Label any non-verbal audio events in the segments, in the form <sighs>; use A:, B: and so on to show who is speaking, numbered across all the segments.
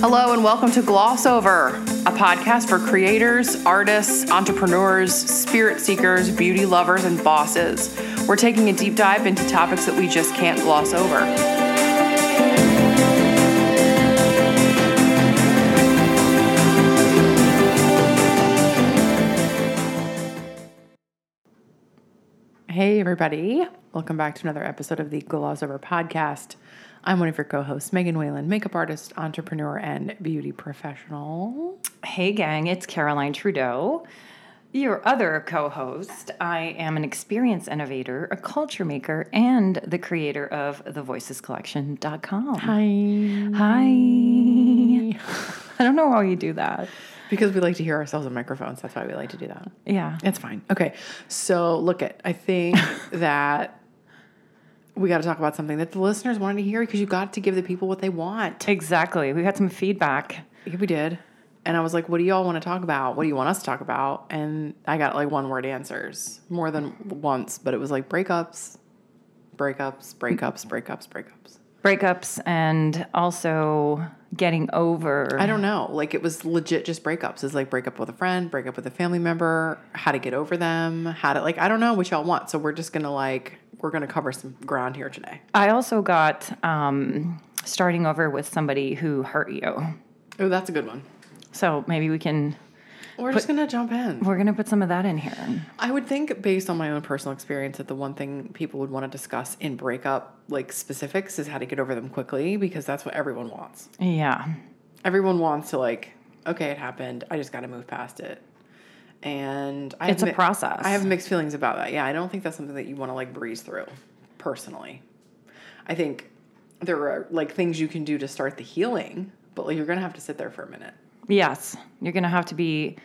A: Hello, and welcome to Gloss Over, a podcast for creators, artists, entrepreneurs, spirit seekers, beauty lovers, and bosses. We're taking a deep dive into topics that we just can't gloss over. Hey, everybody. Welcome back to another episode of the Gloss Over Podcast. I'm one of your co hosts, Megan Whalen, makeup artist, entrepreneur, and beauty professional.
B: Hey, gang, it's Caroline Trudeau, your other co host. I am an experience innovator, a culture maker, and the creator of thevoicescollection.com. Hi.
A: Hi.
B: <laughs> I don't know why you do that.
A: Because we like to hear ourselves on microphones. That's why we like to do that.
B: Yeah.
A: It's fine. Okay. So, look it. I <laughs> think that we got to talk about something that the listeners wanted to hear because you got to give the people what they want.
B: Exactly. We got some feedback.
A: Yeah, we did. And I was like, what do y'all want to talk about? What do you want us to talk about? And I got like one word answers more than once, but it was like breakups, breakups, breakups, breakups, breakups.
B: Breakups and also getting over.
A: I don't know. Like it was legit just breakups. It's like break up with a friend, break up with a family member, how to get over them, how to like I don't know what y'all want. So we're just gonna like we're gonna cover some ground here today.
B: I also got um, starting over with somebody who hurt you.
A: Oh, that's a good one.
B: So maybe we can,
A: We're just gonna jump in.
B: we're going to put some of that in here.
A: I would think based on my own personal experience that the one thing people would want to discuss in breakup like specifics is how to get over them quickly because that's what everyone wants.
B: Yeah.
A: Everyone wants to like, okay, it happened. I just got to move past it. And I have
B: It's a process.
A: I have mixed feelings about that. Yeah, I don't think that's something that you want to like breeze through personally. I think there are like things you can do to start the healing, but like you're going to have to sit there for a minute.
B: Yes, you're going to have to be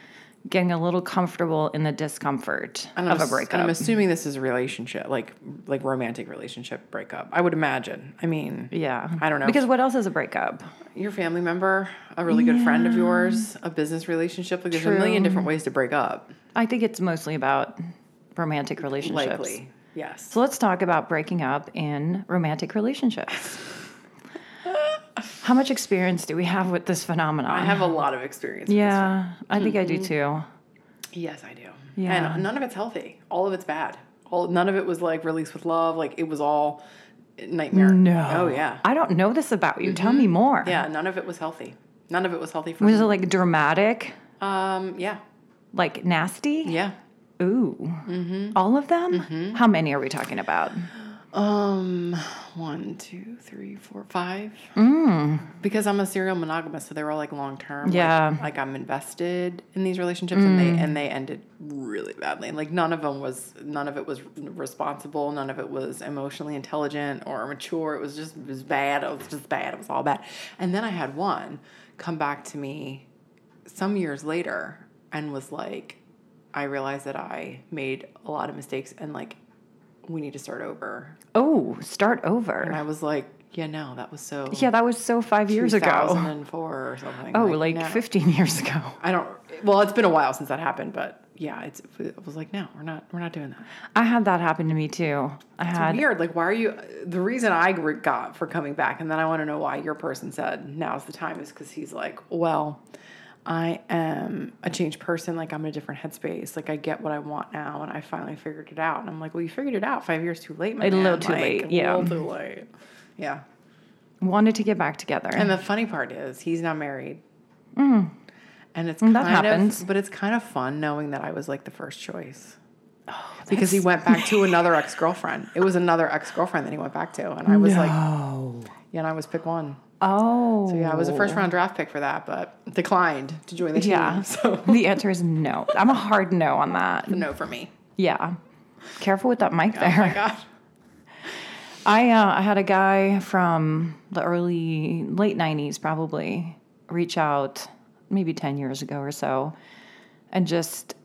B: getting a little comfortable in the discomfort
A: And I'm
B: of a
A: ass- and
B: breakup.
A: I'm assuming this is a relationship, like like romantic relationship breakup. I would imagine. I mean,
B: yeah,
A: I don't know.
B: because what else is a breakup?
A: your family member, a really good friend of yours, a business relationship. Like, there's a million
B: True.
A: different ways to break up.
B: I think it's mostly about romantic relationships.
A: Likely, yes.
B: So let's talk about breaking up in romantic relationships. How much experience do we have with this phenomenon?
A: I
B: <sighs>
A: have Mm-hmm. a lot of experience. with
B: yeah, I think I do too.
A: this. Yes, I do.
B: Yeah.
A: And none of it's healthy. All of it's bad. All none of it was like released with love. Like it was all nightmare. Oh yeah.
B: I don't know this about you. Tell me more.
A: Mm-hmm. Yeah. None of it was healthy. None of it was healthy for
B: Was
A: me.
B: it like dramatic,
A: Um. Yeah.
B: like nasty?
A: Yeah.
B: Ooh.
A: Mm-hmm.
B: All of them? How many are we talking about?
A: Um. One, two, three, four, five. Because I'm a serial monogamist, so they were all like long term.
B: Yeah.
A: Like, like I'm invested in these relationships, and they and they ended really badly. Like none of them was none of it was responsible. None of it was emotionally intelligent or mature. It was just it was bad. It was just bad. It was all bad. And then I had one come back to me some years later and was like, I realized that I made a lot of mistakes and like we need to start over.
B: Oh, start
A: And
B: over.
A: I was like, yeah, no, that was so
B: Yeah, that was so five years ago.
A: 2004 or something.
B: <laughs> Oh, like
A: no.
B: 15 years ago.
A: I don't. Well, it's been a while since that happened, but yeah, it's. It was like, no, we're not. We're not doing that.
B: I had that happen to me too. I had,
A: Weird. Like, why are you? The reason I gr- got for coming back, and then I want to know why your person said now's the time is because he's like, well, I am a changed person. Like, I'm in a different headspace. Like, I get what I want now, and I finally figured it out. And I'm like, well, you figured it out five years too late. My
B: A little
A: man.
B: too
A: Like,
B: late, yeah.
A: A little too late. Yeah.
B: wanted to get back together.
A: And the funny part is, he's not married. And it's
B: Mm,
A: kind
B: that happens.
A: of, but it's kind of fun knowing that I was like the first choice. because he went back to another ex girlfriend. It was another ex girlfriend that he went back to, and I was like,
B: oh.
A: yeah, and I was pick one.
B: Oh.
A: So yeah, I was a first round draft pick for that, but declined to join the team. <laughs>
B: Yeah.
A: So
B: The answer is no. I'm a hard no on that.
A: no for me.
B: Yeah. Careful with
A: <laughs>
B: that mic there.
A: Oh my god.
B: I uh, I had a guy from the early late '90s probably reach out maybe ten years ago or so, and just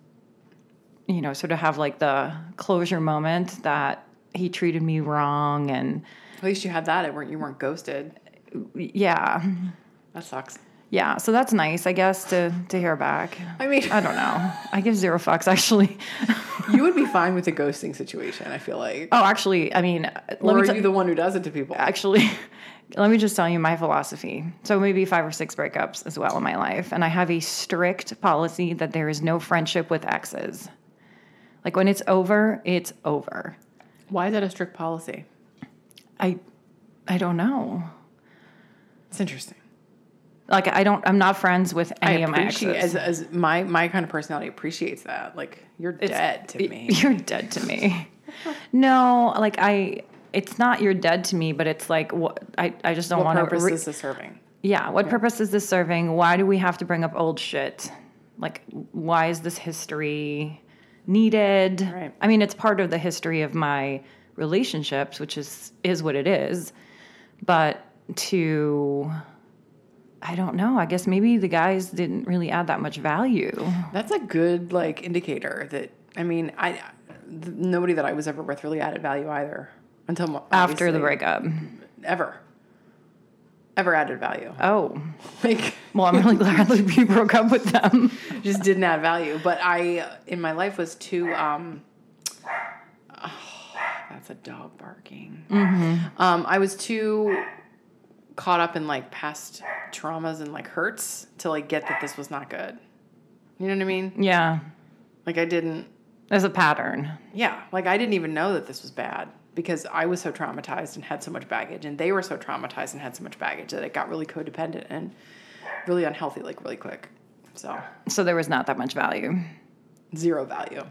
B: you know sort of have like the closure moment that he treated me wrong and
A: At least you had that. It weren't you weren't ghosted.
B: yeah
A: That sucks.
B: yeah so that's nice I guess to to hear back.
A: I mean,
B: I don't know. I give zero fucks <laughs> actually.
A: you would be fine with the ghosting situation. I feel like.
B: Oh, actually, I mean, let
A: or
B: me
A: are
B: tell
A: you the one who does it to people?
B: actually <laughs> let me just tell you my philosophy. So maybe five or six breakups as well in my life, and I have a strict policy that there is no friendship with exes. Like when it's over, it's over.
A: Why is that a strict policy?
B: I I don't know.
A: It's interesting.
B: Like I don't I'm not friends with
A: I
B: any of my
A: appreciate
B: exes.
A: as, as my my kind of personality appreciates that. Like you're
B: It's-
A: dead to
B: y-
A: me.
B: <laughs> You're dead to me. no, like I it's not you're dead to me, but it's like what I, I just don't
A: What
B: want to
A: purpose is this serving?
B: Yeah, what purpose is this serving? Why do we have to bring up old shit? Like, why is this history needed?
A: Right.
B: I mean, it's part of the history of my relationships, which is is what it is. But to, I don't know. I guess maybe the guys didn't really add that much value.
A: That's a good like indicator that I mean I th- nobody that I was ever with really added value either until mo-
B: After the
A: obviously,
B: breakup.
A: ever ever added value <laughs>
B: Oh,
A: like
B: well, I'm really glad <laughs> that we broke up with them.
A: just didn't add value but I uh, in my life was too um oh, that's a dog barking um I was too caught up in like past traumas and like hurts to like get that this was not good you know what I mean
B: Yeah,
A: like I didn't
B: there's a pattern.
A: Yeah, like I didn't even know that this was bad because I was so traumatized and had so much baggage, and they were so traumatized and had so much baggage that it got really codependent and really unhealthy, like really quick. So
B: So there was not that much value.
A: zero value.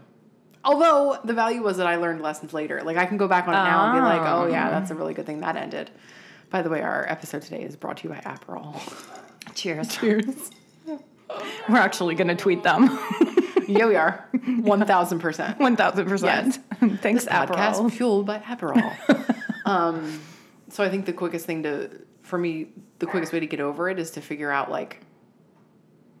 A: Although the value was that I learned lessons later. Like I can go back on it now and be like, oh yeah, that's a really good thing that ended. By the way, our episode today is brought to you by Aperol.
B: Cheers. Cheers. We're actually going to tweet them. <laughs>
A: yeah, we are. 1000%.
B: 1000%.
A: <laughs>
B: Thanks,
A: This podcast
B: Aperol.
A: fueled by Aperol. <laughs> um, so I think the quickest thing to, for me, the quickest way to get over it is to figure out like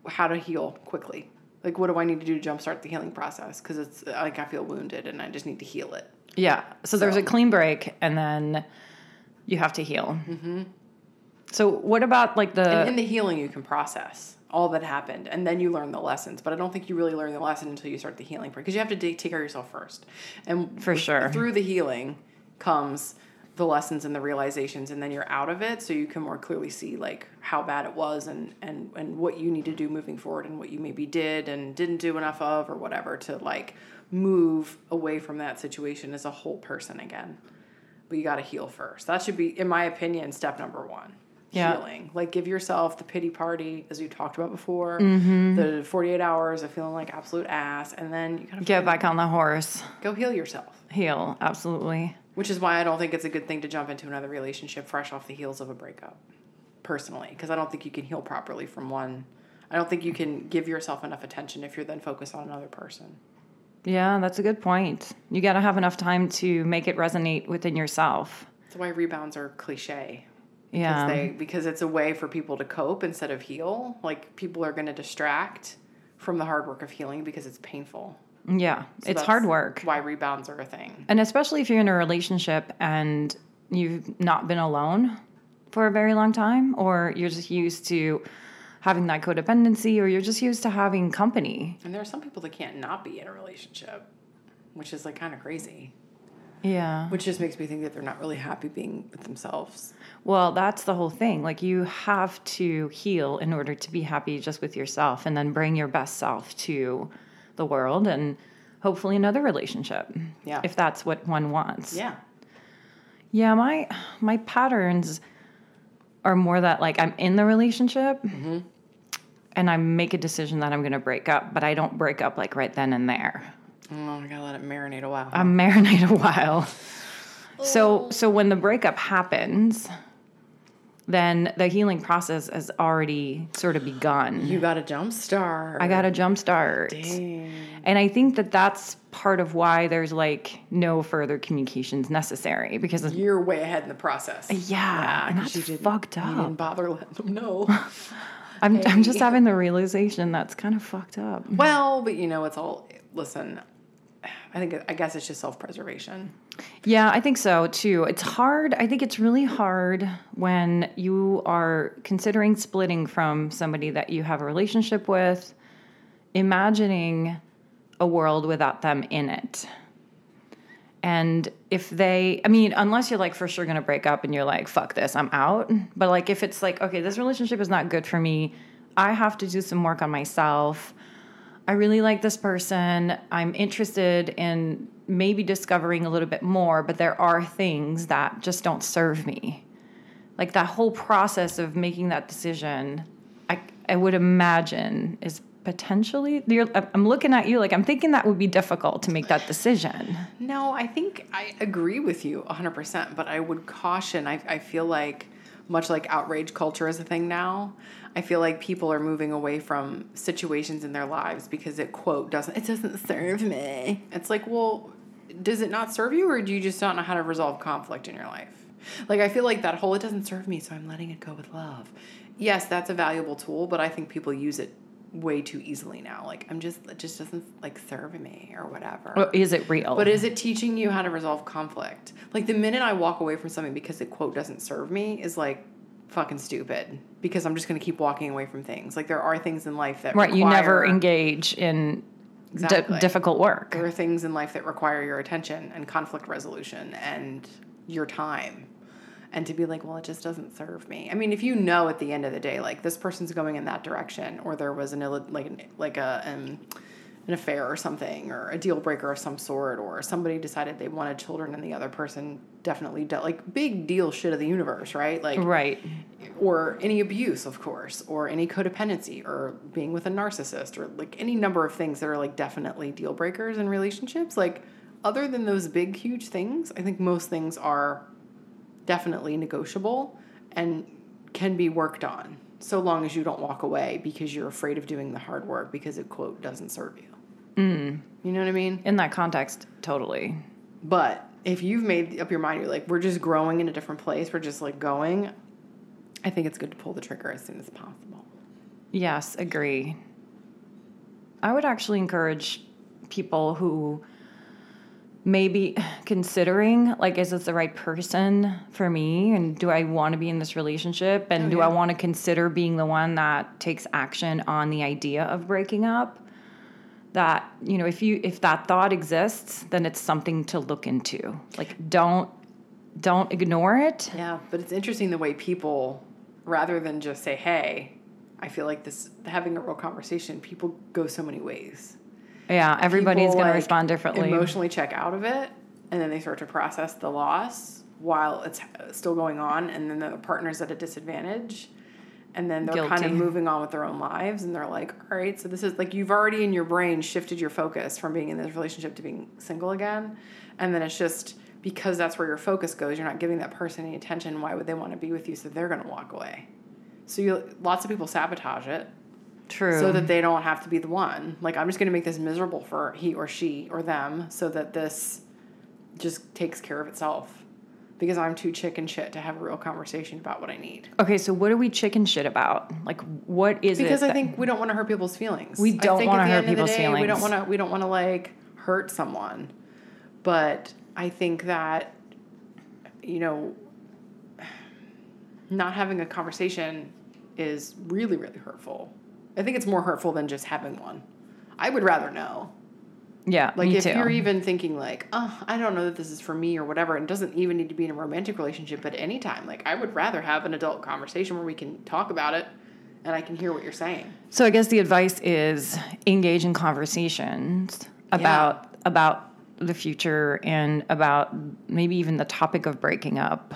A: how to heal quickly. Like, what do I need to do to jumpstart the healing process? Because it's like I feel wounded and I just need to heal it.
B: Yeah. So there's a clean break and then you have to heal. So what about like
A: Mm-hmm. And
B: the
A: in the healing, you can process all that happened and then you learn the lessons. But I don't think you really learn the lesson until you start the healing part because you have to take take care of yourself first. And
B: For sure.
A: through the healing comes the lessons and the realizations, and then you're out of it, so you can more clearly see like how bad it was and and and what you need to do moving forward and what you maybe did and didn't do enough of or whatever to like move away from that situation as a whole person again. But you got to heal first. That should be, in my opinion, step number one.
B: Yeah.
A: Healing. Like give yourself the pity party, as we talked about before, the 48 hours of feeling like absolute ass, and then you gotta
B: get back on the horse?
A: go heal yourself.
B: Heal, absolutely.
A: Which is why I don't think it's a good thing to jump into another relationship fresh off the heels of a breakup, personally, because I don't think you can heal properly from one. I don't think you can give yourself enough attention if you're then focused on another person.
B: Yeah, that's a good point. You got to have enough time to make it resonate within yourself.
A: That's why rebounds are cliche.
B: Yeah.
A: Because they because it's a way for people to cope instead of heal. Like people are going to distract from the hard work of healing because it's painful.
B: yeah.
A: So
B: it's
A: that's
B: hard work.
A: Why rebounds are a thing.
B: And especially if you're in a relationship and you've not been alone for a very long time, or you're just used to having that codependency, or you're just used to having company.
A: And there are some people that can't not be in a relationship, which is like kind of crazy.
B: Yeah.
A: Which just makes me think that they're not really happy being with themselves.
B: Well, that's the whole thing. Like, you have to heal in order to be happy just with yourself and then bring your best self to the world and hopefully another relationship.
A: Yeah.
B: If that's what one wants.
A: Yeah.
B: Yeah, my my patterns are more that like I'm in the relationship
A: Mm-hmm.
B: and I make a decision that I'm going to break up, but I don't break up like right then and there.
A: Oh, I gotta let it marinate a while.
B: I marinate <laughs> a while.
A: Oh.
B: So so when the breakup happens, then the healing process has already sort of begun.
A: you got a jump star.
B: I got a jump start. And I think that that's part of why there's like no further communications necessary because it's,
A: You're way ahead in the process.
B: yeah, and
A: 'cause
B: that's fucked up.
A: You didn't bother letting them <laughs>
B: <laughs>
A: know.
B: I'm, I'm just having the realization that's kind of fucked up.
A: well, but you know, it's all. Listen, I think I guess it's just self preservation.
B: Yeah, I think so too. It's hard. I think it's really hard when you are considering splitting from somebody that you have a relationship with, imagining a world without them in it. And if they, I mean, unless you're like for sure gonna break up and you're like, fuck this, I'm out. But like if it's like, okay, this relationship is not good for me, I have to do some work on myself. I really like this person. I'm interested in maybe discovering a little bit more, but there are things that just don't serve me. Like that whole process of making that decision, I, I would imagine is potentially, you're, I'm looking at you like I'm thinking that would be difficult to make that decision.
A: No, I think I agree with you 100%, but I would caution. I, I feel like, much like outrage culture is a thing now, I feel like people are moving away from situations in their lives because it, quote, doesn't, it doesn't serve me. It's like, well, does it not serve you or do you just not know how to resolve conflict in your life? Like, I feel like that whole, it doesn't serve me, so I'm letting it go with love. Yes, that's a valuable tool, but I think people use it way too easily now. Like I'm just it just doesn't like serve me or whatever.
B: Or is it real?
A: But is it teaching you how to resolve conflict? Like the minute I walk away from something because it quote doesn't serve me is like fucking stupid because I'm just going to keep walking away from things. Like there are things in life that
B: right, you never
A: require-
B: engage in di-
A: Exactly.
B: difficult work.
A: There are things in life that require your attention and conflict resolution and your time. And to be like, well, it just doesn't serve me. I mean, if you know at the end of the day, like this person's going in that direction, or there was an illi- like an, like a um, an affair or something, or a deal breaker of some sort, or somebody decided they wanted children and the other person definitely de- like big deal shit of the universe, right? Like
B: Right.
A: or any abuse, of course, or any codependency, or being with a narcissist, or like any number of things that are like definitely deal breakers in relationships. Like, other than those big, huge things, I think most things are definitely negotiable and can be worked on so long as you don't walk away because you're afraid of doing the hard work because it, quote, doesn't serve you. You know what I mean?
B: In that context, totally.
A: But if you've made up your mind, you're like, we're just growing in a different place, we're just like going, I think it's good to pull the trigger as soon as possible.
B: Yes, agree. I would actually encourage people who may be considering like is this the right person for me and do I want to be in this relationship and
A: Oh,
B: do
A: yeah.
B: I want to consider being the one that takes action on the idea of breaking up? That, you know, if you if that thought exists, then it's something to look into. Like don't don't ignore it.
A: Yeah, but it's interesting the way people, rather than just say, hey, I feel like this, having a real conversation, people go so many ways.
B: Yeah, everybody's
A: People,
B: going
A: like,
B: to respond differently.
A: Emotionally check out of it, and then they start to process the loss while it's uh, still going on, and then the partner's at a disadvantage. And then they're kind of
B: Guilty.
A: moving on with their own lives, and they're like, all right, so this is like you've already in your brain shifted your focus from being in this relationship to being single again. And then it's just because that's where your focus goes, you're not giving that person any attention. Why would they want to be with you? So they're going to walk away. So you, lots of people sabotage it
B: True.
A: so that they don't have to be the one. Like I'm just going to make this miserable for he or she or them, so that this just takes care of itself. Because I'm too chicken shit to have a real conversation about what I need.
B: Okay, so what are we chicken shit about? Like, what is it?
A: Because I
B: that-
A: think we don't want to hurt people's feelings.
B: We
A: I
B: don't
A: think
B: wanna
A: at the
B: hurt
A: end of the
B: people's
A: day, We don't
B: feelings.
A: want to. We don't want to like hurt someone. But I think that you know, not having a conversation is really really hurtful. I think it's more hurtful than just having one. I would rather know.
B: yeah,
A: Like
B: me
A: if
B: too.
A: you're even thinking like, oh, I don't know that this is for me or whatever, and it doesn't even need to be in a romantic relationship at any time. Like I would rather have an adult conversation where we can talk about it and I can hear what you're saying.
B: so I guess the advice is engage in conversations about about the future and about maybe even the topic of breaking up,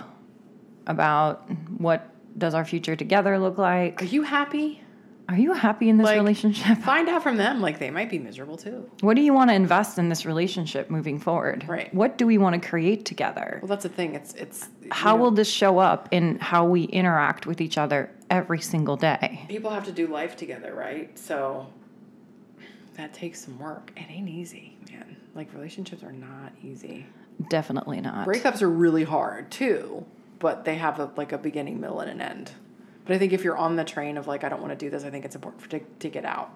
B: about what does our future together look like?
A: Are you happy?
B: Are you happy in this
A: Like-
B: relationship? <laughs>
A: Find out from them like they might be miserable too.
B: What do you want to invest in this relationship moving forward?
A: Right.
B: What do we want to create together?
A: Well, that's the thing. It's it's you
B: How
A: know,
B: will this show up in how we interact with each other every single day?
A: people have to do life together, right? So that takes some work. It ain't easy, man. Like relationships are not easy.
B: Definitely not.
A: breakups are really hard too but they have a, like a beginning middle and an end but i think if you're on the train of like i don't want to do this i think it's important for, to, to get out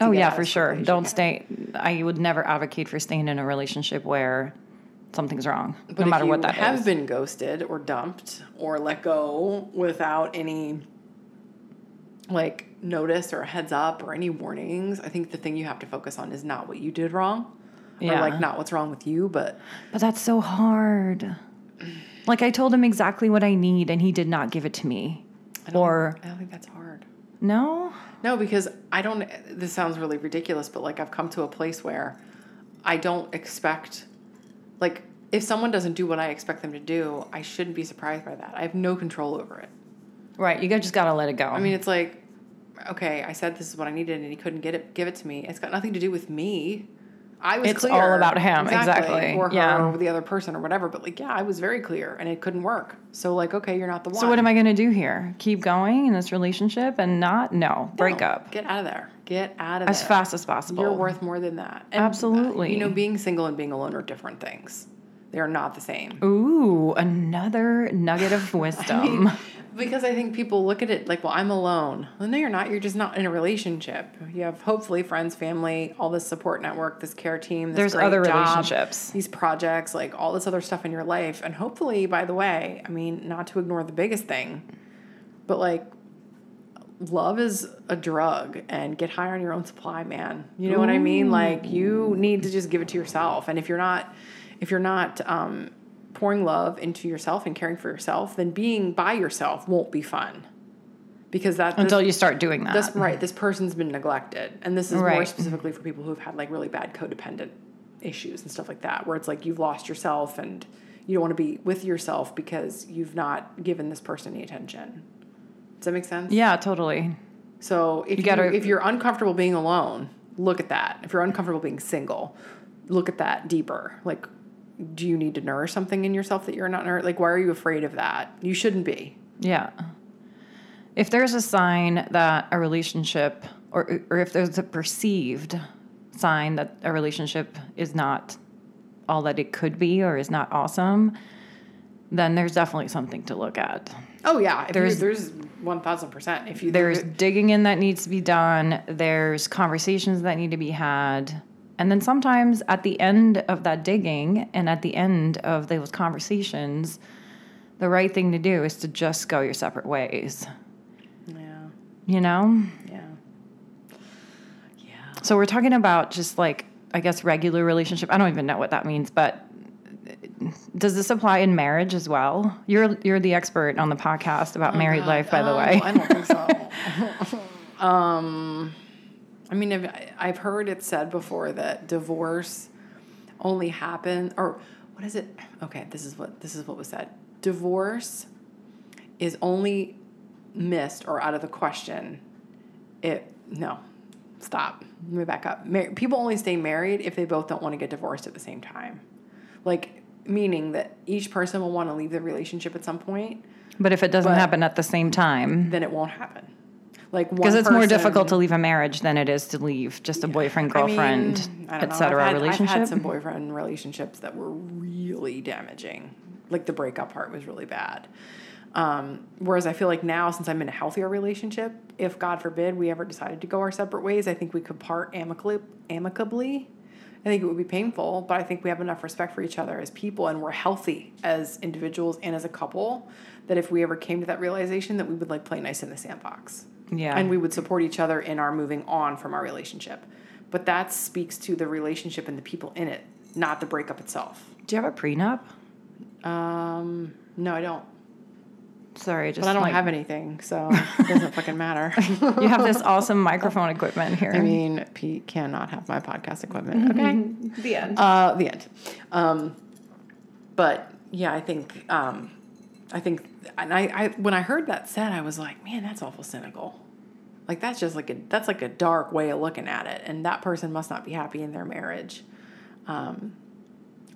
B: oh
A: get
B: yeah,
A: out
B: for
A: as
B: sure.
A: quickly as
B: Don't stay. I would never advocate for staying in a relationship where something's wrong,
A: but
B: no
A: if
B: matter
A: you
B: what that is.
A: have been ghosted or dumped or let go without any like notice or a heads up or any warnings i think the thing you have to focus on is not what you did wrong Or
B: Yeah.
A: like not what's wrong with you, but
B: But that's so hard. Like I told him exactly what I need and he did not give it to me.
A: I don't,
B: Or
A: I don't think that's hard.
B: no?
A: No, because I don't. This sounds really ridiculous, but like I've come to a place where I don't expect, like, if someone doesn't do what I expect them to do, I shouldn't be surprised by that. I have no control over it.
B: Right, you got- just got to let it go.
A: I mean, it's like, okay, I said this is what I needed, and he couldn't get it, give it to me. It's got nothing to do with me. I was.
B: It's
A: clear.
B: all about him, exactly.
A: or her,
B: Yeah.
A: or the other person, or whatever. But like, yeah, I was very clear, and it couldn't work. So like, okay, you're not the one.
B: so what am I going to do here? Keep going in this relationship and not no, break up
A: Get out of there. Get out of
B: as
A: there.
B: fast as possible.
A: You're worth more than that. And, uh,
B: Absolutely.
A: You know, being single and being alone are different things. They are not the same.
B: Ooh, another
A: <laughs>
B: nugget of wisdom. <laughs>
A: Because I think people look at it like, well, I'm alone. Well, no, you're not. You're just not in a relationship. You have hopefully friends, family, all this support network, this care team. This
B: There's
A: great
B: other
A: job,
B: relationships.
A: these projects, like all this other stuff in your life. And hopefully, by the way, I mean, not to ignore the biggest thing, but like, love is a drug and get high on your own supply man you know what i mean like you need to just give it to yourself and if you're not if you're not um, pouring love into yourself and caring for yourself then being by yourself won't be fun because that this-
B: until you start doing that.
A: this right this person's been neglected and this is more
B: Right.
A: specifically for people who've had like really bad codependent issues and stuff like that where it's like you've lost yourself and you don't want to be with yourself because you've not given this person any attention does that make sense
B: yeah, totally.
A: so if you
B: You gotta-
A: if you're uncomfortable being alone, look at that. If you're uncomfortable being single, look at that deeper. Like, do you need to nourish something in yourself that you're not nour- like? Why are you afraid of that? You shouldn't be.
B: Yeah. If there's a sign that a relationship, or, or if there's a perceived sign that a relationship is not all that it could be or is not awesome, then there's definitely something to look at.
A: Oh yeah, if there's
B: There's-
A: there's one thousand percent. If you
B: There's digging in that needs to be done, there's conversations that need to be had. And then sometimes at the end of that digging and at the end of those conversations, the right thing to do is to just go your separate ways,
A: yeah
B: you know?
A: yeah yeah
B: So we're talking about just like I guess regular relationship. I don't even know what that means, but does this apply in marriage as well? You're you're the expert on the podcast about married life, by the
A: Um,
B: way.
A: I don't think so. <laughs> um, I mean, I've, I've heard it said before that divorce only happen or what is it? Okay, this is what this is what was said. Divorce is only missed or out of the question. It no, stop. Let me back up. Mar- people only stay married if they both don't want to get divorced at the same time. Like meaning that each person will want to leave the relationship at some point
B: But if it doesn't
A: But-
B: happen at the same time,
A: then it won't happen. Like
B: because it's more difficult to leave a marriage than it is to leave just a boyfriend girlfriend, et cetera, relationship.
A: I've had some boyfriend relationships that were really damaging. Like the breakup part was really bad. Um, whereas I feel like now, since I'm in a healthier relationship, if God forbid we ever decided to go our separate ways, I think we could part amicably. amicably. I think it would be painful, but I think we have enough respect for each other as people and we're healthy as individuals and as a couple that if we ever came to that realization that we would like play nice in the sandbox
B: yeah.
A: and we would support each other in our moving on from our relationship. But that speaks to the relationship and the people in it, not the breakup itself.
B: Do you have a prenup?
A: Um, no, I don't.
B: Sorry, just
A: But I don't
B: like,
A: have anything, <laughs> so it doesn't fucking matter.
B: you
A: <laughs>
B: have this awesome microphone equipment here.
A: I mean, Pete cannot have my podcast equipment. Okay.
B: <laughs> the end.
A: Uh, the end. Um, but yeah, I think um, I think, and I, I when I heard that said, I was like, man, that's awful cynical. Like that's just like a that's like a dark way of looking at it, and that person must not be happy in their marriage. Um,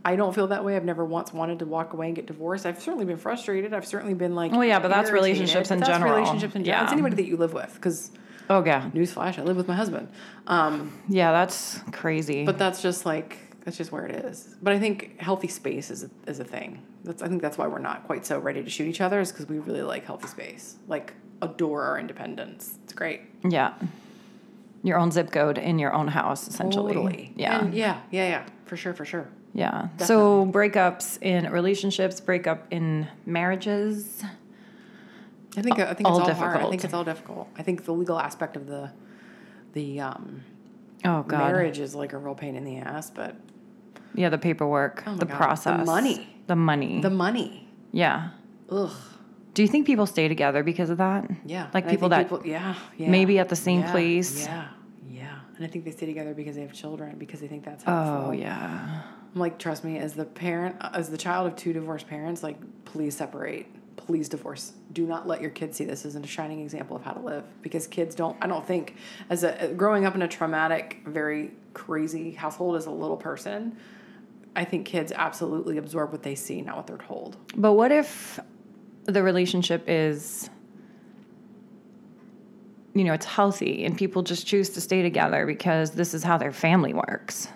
A: I don't feel that way. I've never once wanted to walk away and get divorced. I've certainly been frustrated. I've certainly been like,
B: Well, yeah, but that's
A: irritated,
B: relationships in
A: but that's
B: general.
A: Relationships in general. It's
B: Yeah.
A: anybody that you live with, because
B: oh yeah,
A: newsflash, I live with my husband. Um,
B: yeah, that's crazy.
A: but that's just like that's just where it is. But I think healthy space is a, is a thing. That's I think that's why we're not quite so ready to shoot each other is because we really like healthy space. Like adore our independence. It's great.
B: Yeah. Your own zip code in your own house, essentially. Yeah.
A: And yeah. Yeah. Yeah. For sure. For sure.
B: yeah. So breakups in relationships, breakup in marriages.
A: I think I think it's all,
B: all
A: hard. I
B: difficult.
A: think it's all difficult. I think the legal aspect of the the um,
B: Oh God.
A: marriage is like a real pain in the ass, but
B: yeah, the paperwork,
A: Oh, my
B: the
A: God, the
B: process,
A: money.
B: the money.
A: The money.
B: yeah.
A: Ugh.
B: Do you think people stay together because of that?
A: Yeah.
B: Like
A: And I
B: people that
A: think yeah, yeah.
B: maybe at the same
A: yeah,
B: place.
A: Yeah. Yeah. And I think they stay together because they have children because they think that's helpful.
B: Oh yeah.
A: I'm like, trust me, as the parent, as the child of two divorced parents, like, please separate. Please divorce. Do not let your kids see this as a shining example of how to live because kids don't. I don't think as a uh, growing up in a traumatic, very crazy household as a little person, I think kids absolutely absorb what they see, not what they're told.
B: But what if the relationship is, you know, it's healthy and people just choose to stay together because this is how their family works?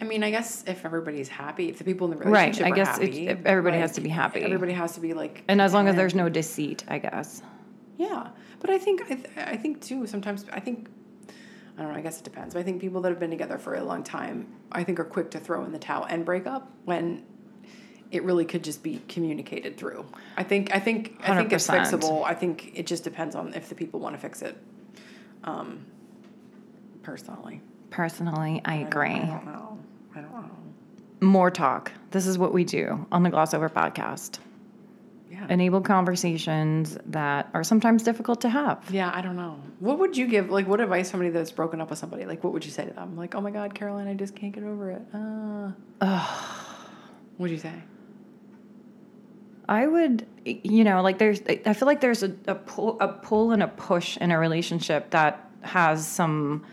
A: I mean, I guess if everybody's happy, if the people in the
B: Right,
A: relationship
B: I
A: are
B: guess it-
A: happy,
B: if everybody has to be happy.
A: Everybody has to be like,
B: And as long as
A: content.
B: there's no deceit, I guess.
A: Yeah, but I think I, th- I think too sometimes I think I don't know. I guess it depends. But I think people that have been together for a long time, I think, are quick to throw in the towel and break up when it really could just be communicated through. I think I think I think it's
B: 100%.
A: fixable. I think it just depends on if the people want to fix it. Um, personally,
B: Personally, I
A: I
B: agree.
A: don't know. I don't know.
B: More talk. This is what we do on the Gloss Over podcast.
A: Yeah.
B: Enable conversations that are sometimes difficult to have.
A: yeah, I don't know. What would you give? Like, what advice somebody that's broken up with somebody? Like, what would you say to them? Like, oh my God, Caroline, I just can't get over it. Uh, What'd you say?
B: I would, you know, like there's, I feel like there's a, a, pull, a pull and a push in a relationship that has some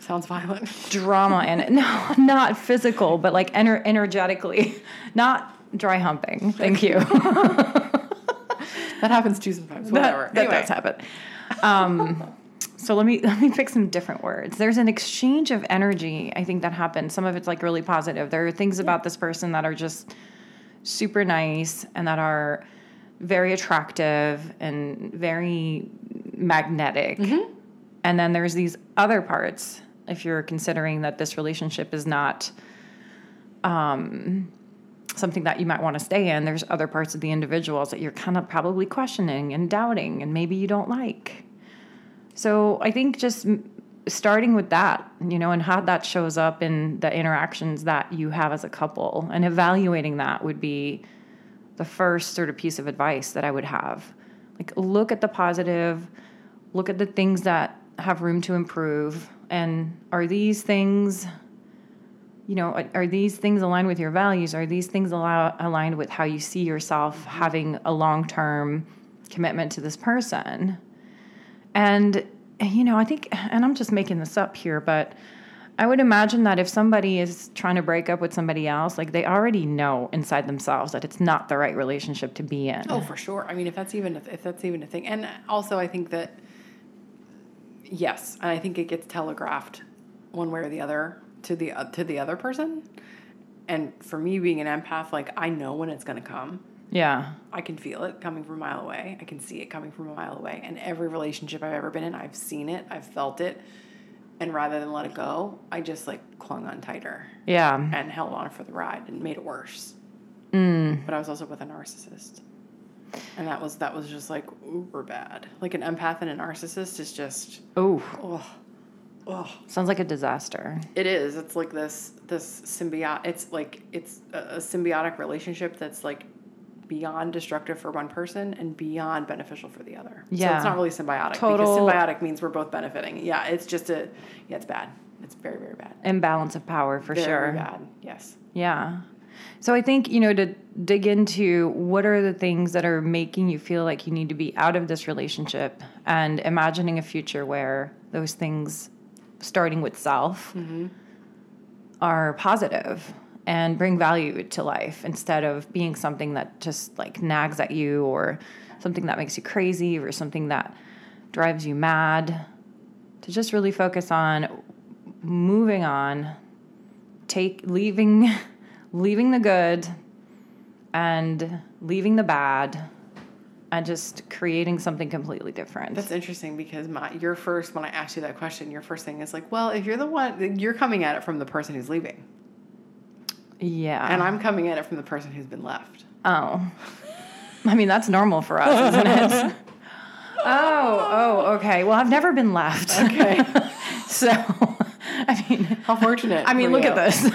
A: Sounds violent. <laughs>
B: drama in it. <laughs> No, not physical, but like ener- energetically, <laughs> not dry humping. Thank you. <laughs>
A: That happens too sometimes. Whatever.
B: that, that
A: Anyway.
B: does happen. Um, so let me <laughs> let me pick some different words. There's an exchange of energy. I think that happens. Some of it's like really positive. There are things about this person that are just super nice and that are very attractive and very magnetic. And then there's these other parts. If you're considering that this relationship is not something that you might want to stay in, there's other parts of the individuals that you're kind of probably questioning and doubting, and maybe you don't like. So I think just m- starting with that, you know, and how that shows up in the interactions that you have as a couple and evaluating that would be the first sort of piece of advice that I would have. Like, look at the positive, look at the things that have room to improve, and are these things you know, are- are these things aligned with your values? Are these things allow, aligned with how you see yourself having a long term commitment to this person? And, you know, I think, and I'm just making this up here, but I would imagine that if somebody is trying to break up with somebody else, like they already know inside themselves that it's not the right relationship to be in.
A: Oh, for sure. I mean, if that's even a, if that's even a thing, and also I think that yes, and I think it gets telegraphed one way or the other to the to the other person. And for me, being an empath, like I know when it's going to come.
B: Yeah.
A: I can feel it coming from a mile away. I can see it coming from a mile away. And every relationship I've ever been in, I've seen it, I've felt it. And rather than let it go, I just like clung on tighter.
B: Yeah.
A: and held on for the ride and made it worse. But I was also with a narcissist, and that was that was just like uber bad. Like an empath and a narcissist is just
B: Oh,
A: oh, oh.
B: sounds like a disaster.
A: It is. It's like this this symbiote. It's like it's a, a symbiotic relationship that's like beyond destructive for one person and beyond beneficial for the other. So
B: Yeah.
A: it's not really symbiotic.
B: Total-
A: Because symbiotic means we're both benefiting. Yeah. It's just a yeah. It's bad. It's very very bad.
B: Imbalance of power for
A: Very
B: sure.
A: bad. Yes.
B: Yeah. So I think, you know, to dig into what are the things that are making you feel like you need to be out of this relationship and imagining a future where those things, starting with self, are positive and bring value to life instead of being something that just like nags at you or something that makes you crazy or something that drives you mad. To just really focus on moving on take leaving <laughs> leaving the good and leaving the bad and just creating something completely different.
A: That's interesting because my your first when I asked you that question, your first thing is like, well, if you're the one, then you're coming at it from the person who's leaving,
B: yeah.
A: and I'm coming at it from the person who's been left.
B: oh. <laughs> I mean, that's normal for us, isn't it? <laughs> <laughs> oh, oh, okay. Well, I've never been left.
A: Okay,
B: So I mean,
A: How fortunate.
B: I mean,
A: for
B: look
A: you.
B: at this. <laughs>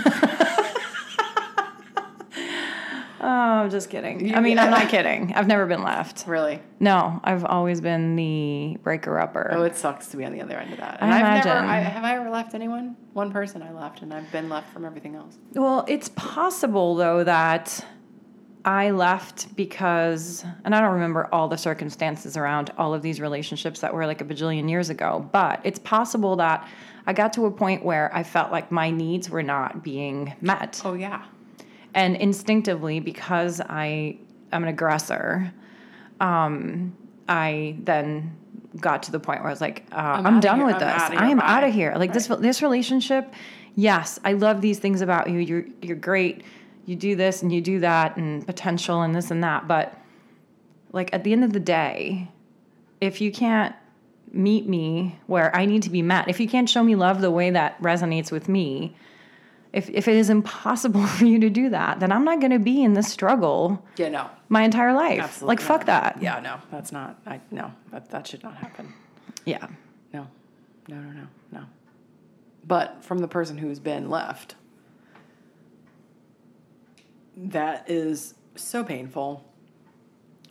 B: oh, I'm just kidding. I mean, I'm not kidding. I've never been left.
A: Really?
B: No, I've always been the breaker upper.
A: Oh, it sucks to be on the other end of that.
B: I
A: And have never
B: imagine.
A: I, have I ever left anyone? One person I left and I've been left from everything else.
B: Well, it's possible though that I left because, and I don't remember all the circumstances around all of these relationships that were like a bajillion years ago, but it's possible that I got to a point where I felt like my needs were not being met.
A: Oh yeah.
B: And instinctively, because I am an aggressor, um, I then got to the point where I was like, uh, I'm,
A: outta
B: done
A: here.
B: with
A: I'm
B: this.
A: outta here.
B: I am
A: Bye.
B: out of here. Like this this relationship, yes, I love these things about you. You're you're great. You do this and you do that and potential and this and that. But like at the end of the day, if you can't meet me where I need to be met, if you can't show me love the way that resonates with me, if if it is impossible <laughs> for you to do that, then I'm not going to be in this struggle
A: Yeah, no.
B: my entire life.
A: Absolutely
B: like fuck
A: not.
B: that.
A: Yeah, no. That's not I no. That that should not happen.
B: Yeah.
A: No. No, no, no. No. But from the person who's been left, that is so painful.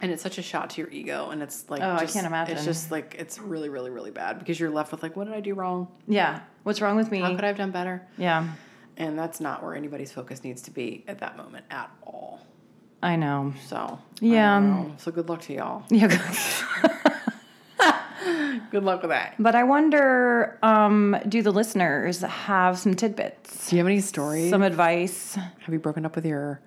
A: And it's such a shot to your ego, and it's like
B: Oh, I
A: just-
B: can't imagine.
A: It's just like it's really, really, really bad because you're left with like, what did I do wrong?
B: Yeah. What's wrong with me?
A: How could I have done better?
B: yeah.
A: And that's not where anybody's focus needs to be at that moment at all.
B: I know. <laughs>
A: So I don't
B: Yeah.
A: know. So good luck to y'all.
B: Yeah.
A: Good luck with that.
B: but I wonder um, do the listeners have some tidbits?
A: Do you have any stories?
B: Some advice?
A: Have you broken up with your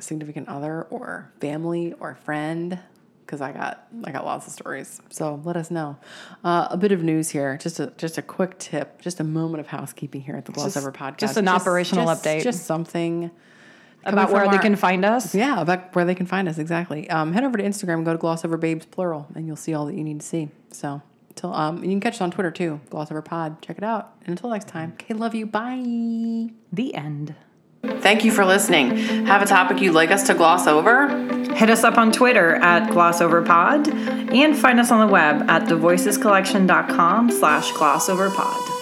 A: significant other or family or friend? Because I got I got lots of stories. So let us know. Uh, a bit of news here, just a just a quick tip, just a moment of housekeeping here at the Gloss
B: Just-
A: Over podcast.
B: just an operational
A: just-
B: update.
A: just something
B: About
A: from
B: where they
A: our-
B: can find us?
A: Yeah, about where they can find us exactly. Um, head over to Instagram, go to Gloss Over Babes plural, and you'll see all that you need to see. So, till um, you can catch us on Twitter too, Gloss Over Pod. Check it out. And until next time, okay, love you. Bye.
B: The end.
A: Thank you for listening. Have a topic you'd like us to gloss over?
B: Hit us up on Twitter at glossoverpod and find us on the web at thevoicescollection.com slash glossoverpod.